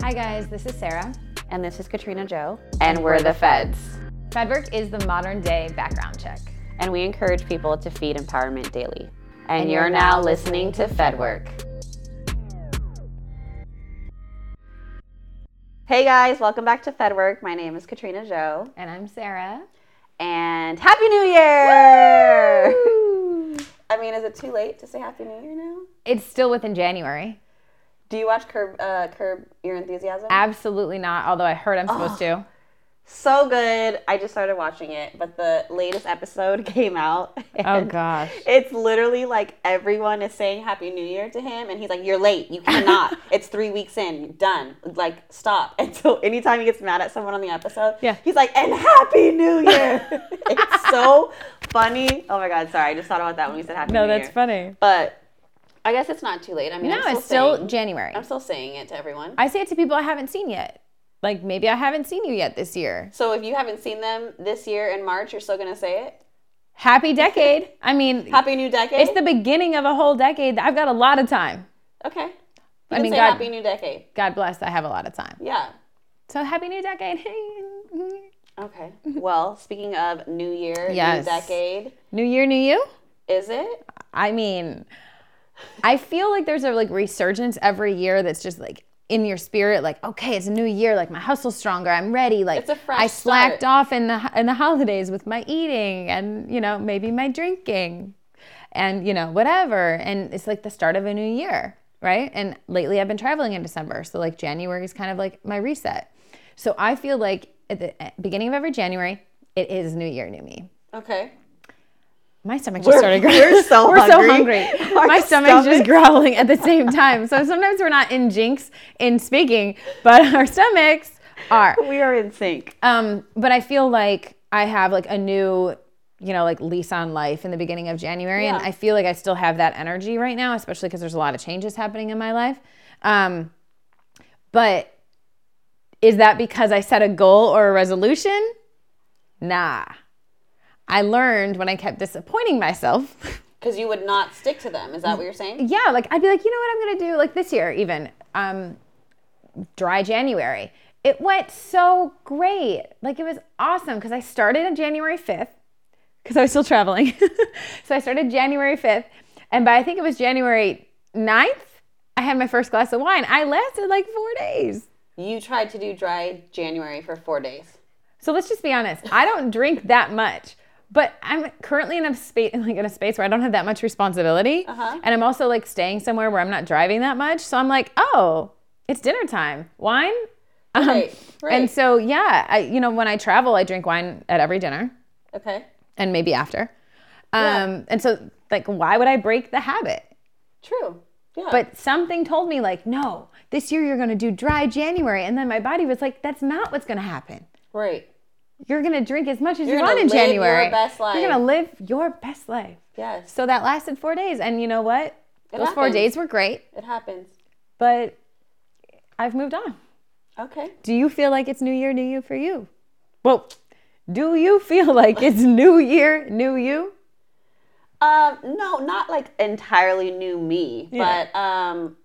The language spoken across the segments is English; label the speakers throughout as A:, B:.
A: Hi, guys, this is Sarah.
B: And this is Katrina Joe.
A: And we're the
B: Feds.
A: FedWork is the modern day background check.
B: And we encourage people to feed empowerment daily. And, you're now listening to FedWork. Hey guys, welcome back to FedWork. My name is Katrina Joe.
A: And I'm Sarah.
B: And Happy New Year! I mean, is it too late to say Happy New Year now?
A: It's still within January.
B: Do you watch Curb, uh, Curb Your Enthusiasm?
A: Absolutely not, although I heard I'm supposed to.
B: so good. I just started watching it, but the latest episode came out.
A: Oh,
B: and
A: gosh.
B: It's literally like everyone is saying Happy New Year to him, and he's like, "You're late. You cannot. it's three weeks in. Done. Like, stop." And so, anytime he gets mad at someone on the episode,
A: Yeah.
B: he's like, "And Happy New Year." it's so funny. Oh my God! Sorry, I just thought about that when we said Happy
A: No,
B: New Year.
A: that's funny.
B: But I guess it's not too late. I mean,
A: No,
B: I'm still
A: it's still
B: saying,
A: January.
B: I'm still saying it to everyone.
A: I say it to people I haven't seen yet. Like, maybe I haven't seen you yet this year.
B: so if you haven't seen them this year in March, you're still gonna say it.
A: Happy decade. I mean,
B: Happy New Decade.
A: it's the beginning of a whole decade. I've got a lot of time.
B: okay. You
A: I
B: can
A: mean,
B: say
A: God-
B: Happy New Decade.
A: God bless, I have a lot of time.
B: Yeah.
A: So, happy new decade.
B: Okay. Well, speaking of New Year,
A: Yes.
B: New Decade,
A: new year, new you?
B: is it?
A: I mean, I feel like there's a like resurgence every year that's just like in your spirit, like okay, it's a new year, like my hustle's stronger, I'm ready. Like
B: It's a fresh
A: I slacked
B: start.
A: off in the in the holidays with my eating and you know maybe my drinking, and you know whatever. And it's like the start of a new year, right? And lately I've been traveling in December, so like January is kind of like my reset. So I feel like at the eh, beginning of every January, it is New Year, New Me.
B: Okay.
A: My stomach just started growling.
B: we're so
A: we're so
B: hungry.
A: hungry.
B: Our
A: My stomach's just growling at the same time. So sometimes we're not in jinx in speaking, but our stomachs are.
B: We are in sync.
A: Um, but I feel like I have like a new, you know, like lease on life in the beginning of January, and
B: Yeah.
A: I feel like I still have that energy right now, especially because there's a lot of changes happening in my life. Um, but is that because I set a goal or a resolution? Nah. I learned when I kept disappointing myself
B: Because you would not stick to them. Is that what you're saying?
A: yeah, like I'd be like, you know what I'm gonna do? Like this year, even um, dry January. It went so great. Like it was awesome because I started on January 5th because I was still traveling. so I started January 5th, and by I think it was January 9th, I had my first glass of wine. I lasted like four days.
B: You tried to do dry January for four days.
A: So let's just be honest. I don't drink that much, but I'm currently in a space like in a space where I don't have that much responsibility,
B: Uh-huh.
A: and I'm also like staying somewhere where I'm not driving that much. So I'm like, oh, it's dinner time. Wine. Um,
B: Right, right.
A: And so yeah, I, you know when I travel, I drink wine at every dinner
B: Okay.
A: and maybe after. Um,
B: Yeah.
A: And so like, why would I break the habit?
B: True. Yeah.
A: But something told me like, no, this year you're going to do dry January, and then my body was like, that's not what's going to happen
B: right.
A: you're gonna drink as much as
B: You're
A: you
B: gonna
A: want in
B: live your
A: January.
B: best
A: You're gonna
B: life.
A: live your best life.
B: Yes.
A: So that lasted four days, and you know what?
B: It
A: Those four
B: happens.
A: days were great,
B: It happens.
A: but I've moved on.
B: Okay.
A: Do you feel like it's New Year, New You for you? Well, do you feel like it's New Year, New You?
B: Um, no, not like entirely new me,
A: Yeah.
B: but um,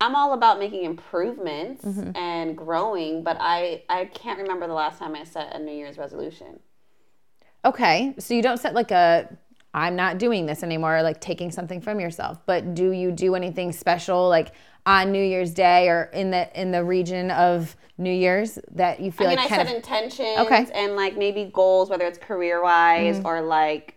B: I'm all about making improvements and growing. But I I can't remember the last time I set a New Year's resolution.
A: Okay, so you don't set like a I'm not doing this anymore, like taking something from yourself. But do you do anything special, like on New Year's Day or in the in the region of New Year's that you feel
B: I mean,
A: like
B: I
A: kind
B: set
A: of
B: intentions
A: Okay. Mm-hmm.
B: and like maybe goals, whether it's career wise or like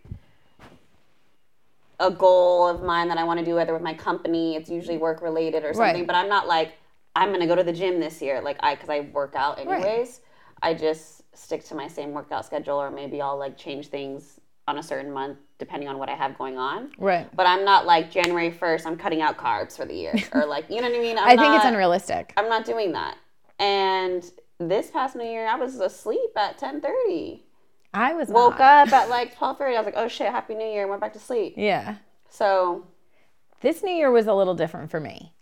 B: a goal of mine that I want to do, whether with my company, it's usually work related or something.
A: Right.
B: But I'm not like I'm gonna go to the gym this year, like I because I work out anyways. I just stick to my same workout schedule, or maybe I'll like change things on a certain month depending on what I have going on.
A: right?
B: But I'm not like January first, I'm cutting out carbs for the year, or like you know what I mean. I'm
A: I think it's
B: not-
A: unrealistic.
B: I'm not doing that. And this past New Year, I was asleep at 10:30.
A: I was
B: Woke
A: not.
B: up at like 12:30. I was like, "Oh shit, Happy New Year!" and went back to sleep.
A: Yeah.
B: So
A: This new year was a little different for me.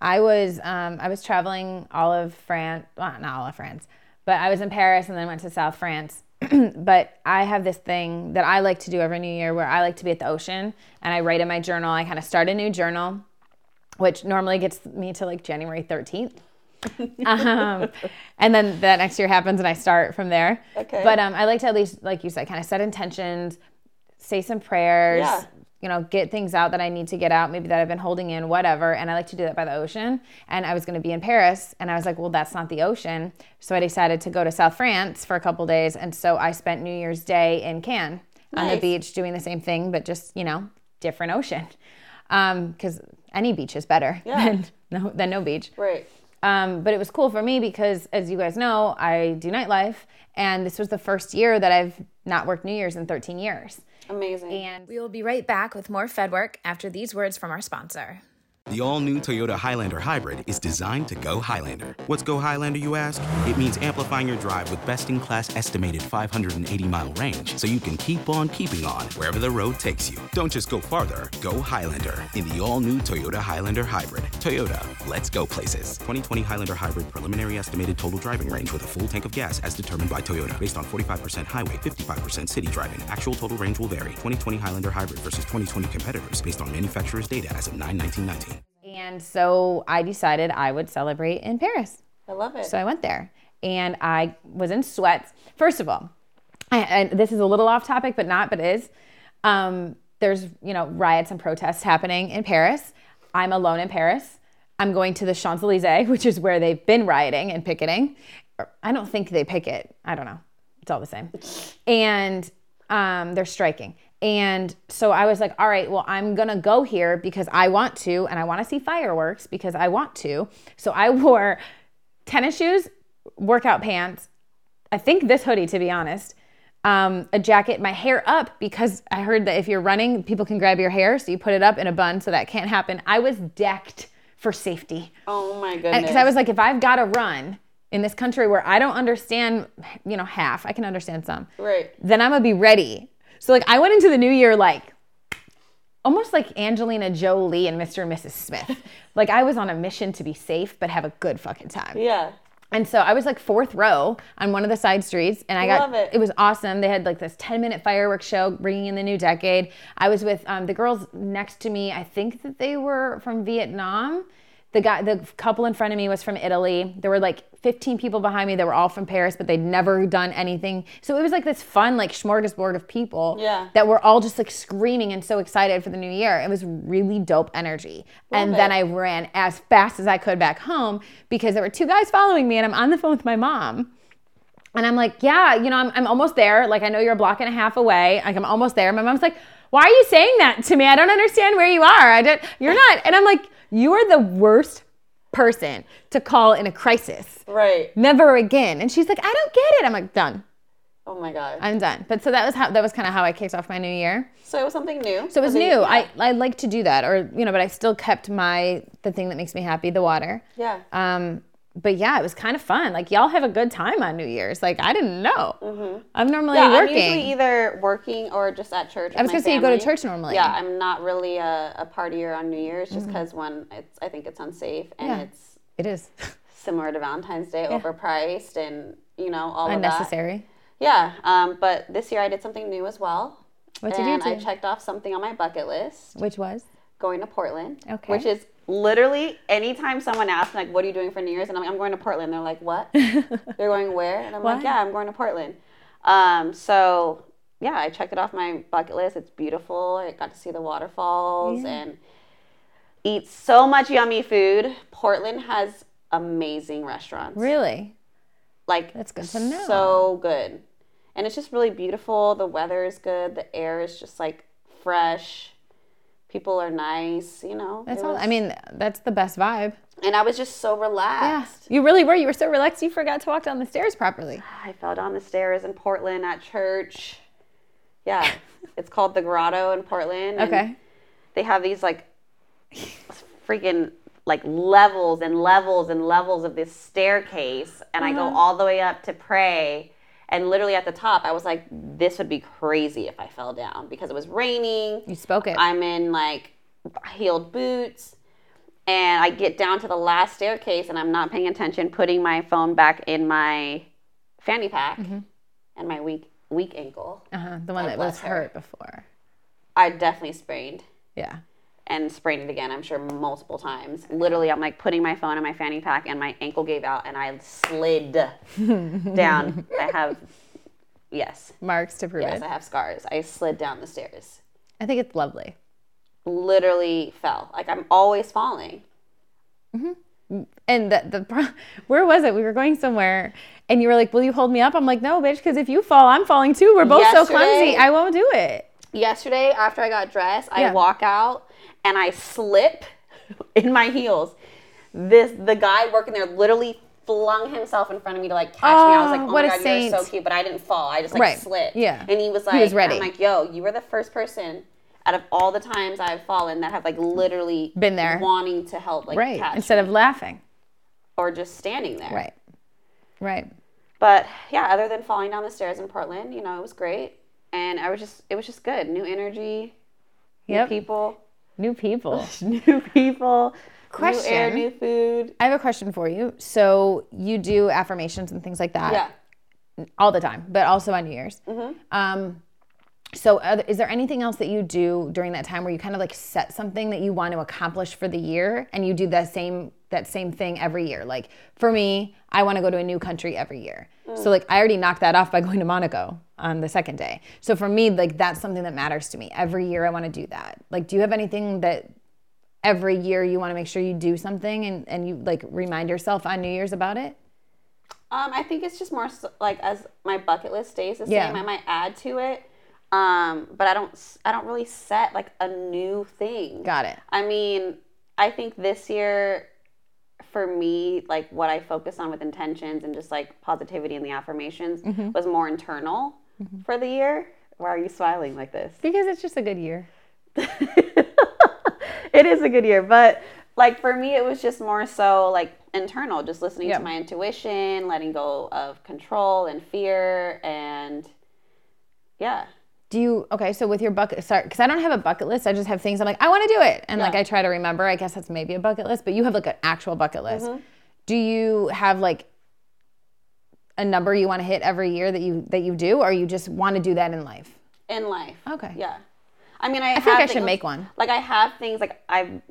A: I was um, I was traveling all of France, well, not all of France, but I was in Paris and then went to South France. but I have this thing that I like to do every new year where I like to be at the ocean and I write in my journal. I kind of start a new journal, which normally gets me to like January 13th. um, and then that next year happens and I start from there.
B: Okay.
A: But um, I like to at least, like you said, kind of set intentions, say some prayers,
B: Yeah.
A: you know, get things out that I need to get out, maybe that I've been holding in, whatever. And I like to do that by the ocean. And I was going to be in Paris and I was like, well, that's not the ocean. So I decided to go to South France for a couple days. And so I spent New Year's Day in Cannes on the
B: Nice.
A: beach doing the same thing, but just, you know, different ocean. Because any beach is better
B: Yeah.
A: than, no, than no beach.
B: Right.
A: Um, but it was cool for me because, as you guys know, I do nightlife, and this was the first year that I've not worked New Year's in 13 years.
B: Amazing.
A: And we will be right back with more Fed work after these words from our sponsor.
C: The all new Toyota Highlander Hybrid is designed to go Highlander. What's go Highlander, you ask? It means amplifying your drive with best in class estimated 580 mile range so you can keep on keeping on wherever the road takes you. Don't just go farther, go Highlander in the all new Toyota Highlander Hybrid. Toyota, let's go places. 2020 Highlander Hybrid preliminary estimated total driving range with a full tank of gas as determined by Toyota based on 45% highway, 55% city driving. Actual total range will vary. 2020 Highlander Hybrid versus 2020 competitors based on manufacturer's data as of 9 1919.
A: And so I decided I would celebrate in Paris.
B: I love it.
A: So I went there and I was in sweats. First of all, I, and this is a little off topic, but not, but is. Um, there's, you know, riots and protests happening in Paris. I'm alone in Paris. I'm going to the Champs Elysees, which is where they've been rioting and picketing. Or I don't think they picket. I don't know. It's all the same. And um, they're striking. And so I was like, all right, well, I'm going to go here because I want to, and I want to see fireworks because I want to. So I wore tennis shoes, workout pants, I think this hoodie, to be honest, um, a jacket, my hair up because I heard that if you're running, people can grab your hair. So you put it up in a bun so that can't happen. I was decked for safety
B: oh my goodness.
A: because I was like, if I've got to run in this country where I don't understand, you know, half, I can understand some,
B: right.
A: then I'm gonna be ready. So like, I went into the new year like almost like Angelina Jolie and Mr. and Mrs. Smith. like I was on a mission to be safe but have a good fucking time.
B: Yeah.
A: And so I was like fourth row on one of the side streets, and I got
B: Love it.
A: was awesome. They had like this ten minute fireworks show, bringing in the new decade. I was with um, the girls next to me. I think that they were from Vietnam. The guy, the couple in front of me was from Italy. There were like fifteen people behind me. They were all from Paris, but they'd never done anything. So it was like this fun, like smorgasbord of people
B: Yeah.
A: that were all just like screaming and so excited for the new year. It was really dope energy. and then
B: it.
A: I ran as fast as I could back home because there were two guys following me and I'm on the phone with my mom. And I'm like, yeah, you know, I'm, I'm almost there. Like, I know you're a block and a half away. Like, I'm almost there. My mom's like, why are you saying that to me? I don't understand where you are. I don't, you're not. And I'm like, you are the worst person to call in a crisis.
B: Right.
A: Never again. And she's like, I don't get it. I'm like, done.
B: Oh my god.
A: I'm done. But so that was how, that was kind of how I kicked off my new year.
B: so it was something new.
A: So it was
B: Something-
A: new. I, I like to do that, or you know, but I still kept my the thing that makes me happy, the water.
B: Yeah.
A: Um, but yeah, it was kind of fun. Like y'all have a good time on New Year's. Like I didn't know. I'm normally
B: Mm-hmm. yeah,
A: working.
B: I'm usually e- either working or just at church.
A: I was
B: going
A: gonna say you go to church normally. Mm-hmm.
B: Yeah, I'm not really a, a partier on New Year's just because one, it's I think it's unsafe and
A: Yeah.
B: it's
A: it is
B: similar to Valentine's Day, overpriced and you know all of
A: unnecessary.
B: that. Yeah, um, but this year I did something new as well.
A: What did you
B: and I
A: do?
B: checked off something on my bucket list,
A: Which was
B: going to Portland,
A: Okay.
B: which is literally anytime someone asks like, "What are you doing for New Year's?" and I'm like, "I'm going to Portland." They're like, "What? They're going where?" And I'm like,
A: Why?
B: "Yeah, I'm going to Portland." Um, so yeah, I checked it off my bucket list. It's beautiful. I got to see the waterfalls and eat so much yummy food. Portland has amazing restaurants.
A: really
B: Like
A: That's good to know.
B: So good, and it's just really beautiful. The weather is good. The air is just like fresh. People are nice. You know.
A: that's
B: it
A: all.
B: was-
A: I mean, that's the best vibe.
B: and I was just so relaxed.
A: You really were. You were so relaxed. You forgot to walk down the stairs properly.
B: I fell down the stairs in Portland at church. Yeah, it's called the Grotto in Portland. and
A: Okay.
B: They have these like freaking like levels and levels and levels of this staircase, and I go all the way up to pray. And literally at the top, I was like, "This would be crazy if I fell down because it was raining."
A: You spoke it.
B: I'm in like heeled boots. And I get down to the last staircase and I'm not paying attention, putting my phone back in my fanny pack and my weak weak ankle.
A: uh-huh, the one that was
B: bless her.
A: hurt before.
B: I definitely sprained.
A: Yeah.
B: and sprained it again, I'm sure, multiple times. Literally, I'm like putting my phone in my fanny pack and my ankle gave out and I slid down. I have, yes,
A: Marks to prove
B: yes,
A: it.
B: I have scars. I slid down the stairs.
A: I think it's lovely.
B: Literally fell. Like I'm always falling.
A: And the, the pro- where was it? We were going somewhere, and you were like, "Will you hold me up?" I'm like, "No, bitch, because if you fall, I'm falling too. We're both so clumsy.
B: Yesterday-
A: I won't do it."
B: Yesterday, after I got dressed,
A: Yeah.
B: I walk out and I slip in my heels. This the guy working there literally flung himself in front of me to like catch me. I was like,
A: Oh,
B: "Oh
A: what a
B: my god, you're so
A: saint.
B: cute!" But I didn't fall. I just like
A: Right.
B: slipped.
A: Yeah.
B: And he was like,
A: He was ready.
B: "I'm like, yo, you were the first person out of all the times I've fallen that have like literally
A: Been there.
B: wanting to help, like
A: Right.
B: catch
A: Instead of laughing.
B: or just standing there."
A: Right. Right.
B: But yeah, other than falling down the stairs in Portland, you know, it was great, and I was just it was just good. New energy,
A: Yep.
B: new people.
A: New people.
B: new people, new air,
A: Question.
B: new food.
A: I have a question for you. So you do affirmations and things like that
B: Yeah.
A: all the time, but also on New Year's. Um, so are, is there anything else that you do during that time where you kind of like set something that you want to accomplish for the year and you do that same that same thing every year? Like for me, I want to go to a new country every year. So like I already knocked that off by going to Monaco on the second day. So for me, like that's something that matters to me. Every year I want to do that. Like do you have anything that every year you want to make sure you do something and, and you like remind yourself on New Year's about it?
B: Um, I think it's just more so, like as my bucket list stays the
A: Yeah.
B: same, I might add to it. Um, but I don't, s- I don't really set like a new thing.
A: Got it.
B: I mean, I think this year, for me, like what I focused on with intentions and just like positivity and the affirmations was more internal for the year. Why are you smiling like this?
A: Because it's just a good year.
B: it is a good year, but like for me, it was just more so like internal, just listening
A: Yeah.
B: to my intuition, letting go of control and fear, and yeah,
A: Do you okay? So with your bucket, sorry, because I don't have a bucket list. I just have things I'm like I want to do it, and like I try to remember. I guess that's maybe a bucket list, but you have like an actual bucket list.
B: Mm-hmm.
A: Do you have like a number you want to hit every year that you that you do, or you just want to do that in life?
B: in life.
A: Okay.
B: Yeah, I mean, I,
A: I feel like
B: have
A: I should
B: things-
A: make one.
B: Like I have things like I've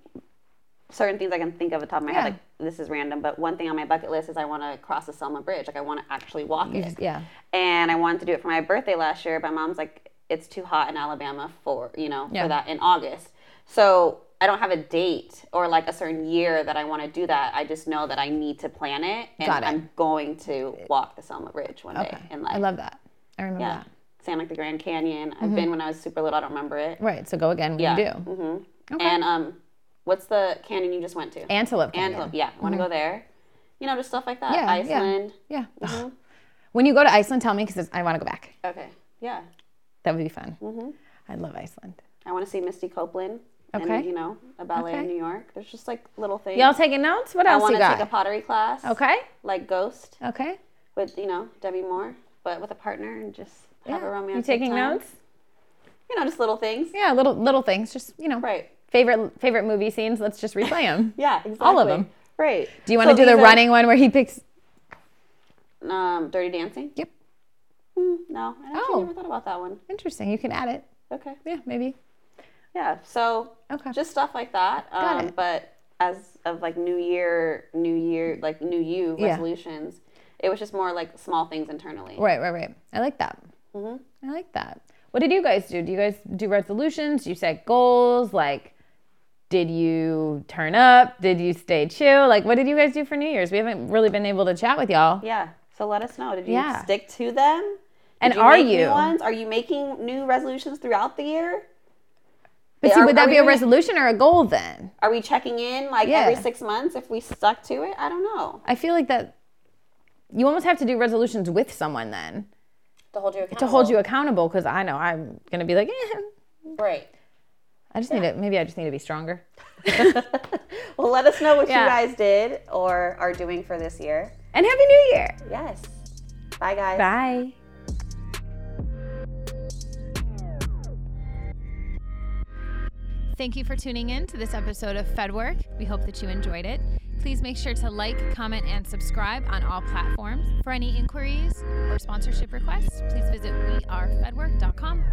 B: certain things I can think of at the top of my
A: Yeah.
B: head. Like this is random, but one thing on my bucket list is I want to cross the Selma Bridge. Like I want to actually walk it.
A: Yeah.
B: and I wanted to do it for my birthday last year. but My mom's like, it's too hot in Alabama for you know
A: Yeah.
B: for that in August. So I don't have a date or like a certain year that I want to do that. I just know that I need to plan it, and
A: Got it.
B: I'm going to walk the Selma Bridge one day in life.
A: I love that. I remember
B: yeah.
A: that. Mm-hmm.
B: Sound like the Grand Canyon. I've been when I was super little. I don't remember it.
A: Right. So go again when
B: Yeah. Mm-hmm.
A: you do.
B: And um, what's the canyon you just went to?
A: Antelope. Canyon.
B: Antelope. Yeah, I want to go there. You know, just stuff like that.
A: Yeah, yeah.
B: Iceland.
A: Yeah.
B: Mm-hmm.
A: When you go to Iceland, tell me because I want to go back.
B: Okay. Yeah.
A: That would be fun.
B: Mm-hmm.
A: I love Iceland.
B: I want to see Misty Copeland.
A: Okay.
B: And, you know, a ballet
A: Okay.
B: in New York. There's just like little things.
A: Y'all taking notes? What
B: I
A: else
B: want
A: you
B: to take a
A: got?
B: pottery class.
A: Okay.
B: Like Ghost
A: Okay.
B: with, you know, Debbie Moore, but with a partner and just have a romantic
A: You taking
B: time.
A: notes?
B: You know, just little things.
A: Yeah, little little things. Just you know,
B: Right.
A: favorite favorite movie scenes. Let's just replay them.
B: Yeah, exactly.
A: All of them.
B: Right.
A: Do you want to do the running one where he picks?
B: Um, Dirty Dancing?
A: Yep.
B: Hmm, no, I actually
A: Oh.
B: never thought about that one.
A: Interesting. You can add it.
B: Okay.
A: Yeah, maybe.
B: Yeah, so
A: Okay.
B: just stuff like that. Um,
A: Got it.
B: But as of like New Year, New Year, like New You
A: Yeah.
B: resolutions, it was just more like small things internally.
A: Right, right, right. I like that.
B: Mm-hmm.
A: I like that. What did you guys do? Do you guys do resolutions? Do you set goals? Like, did you turn up? Did you stay chill? Like, what did you guys do for New Year's? We haven't really been able to chat with y'all.
B: Yeah. So let us know. Did you
A: Yeah.
B: stick to them? Did
A: And are
B: make new
A: you?
B: ones? Are you making new resolutions throughout the year?
A: But see,
B: Are-
A: would
B: are
A: that be
B: we
A: a
B: doing-
A: resolution or a goal then?
B: Are we checking in like
A: Yeah.
B: every six months if we stuck to it? I don't know.
A: I feel like that you almost have to do resolutions with someone then
B: To hold you accountable.
A: to hold you accountable because I know I'm going to be like, eh.
B: right.
A: I just need to, maybe I just need to be stronger.
B: Well, let us know what
A: Yeah.
B: you guys did or are doing for this year.
A: And Happy New Year.
B: Yes. Bye, guys.
A: Bye. Thank you for tuning in to this episode of FedWork. We hope that you enjoyed it. Please make sure to like, comment, and subscribe on all platforms. For any inquiries or sponsorship requests, please visit wearefedwork.com.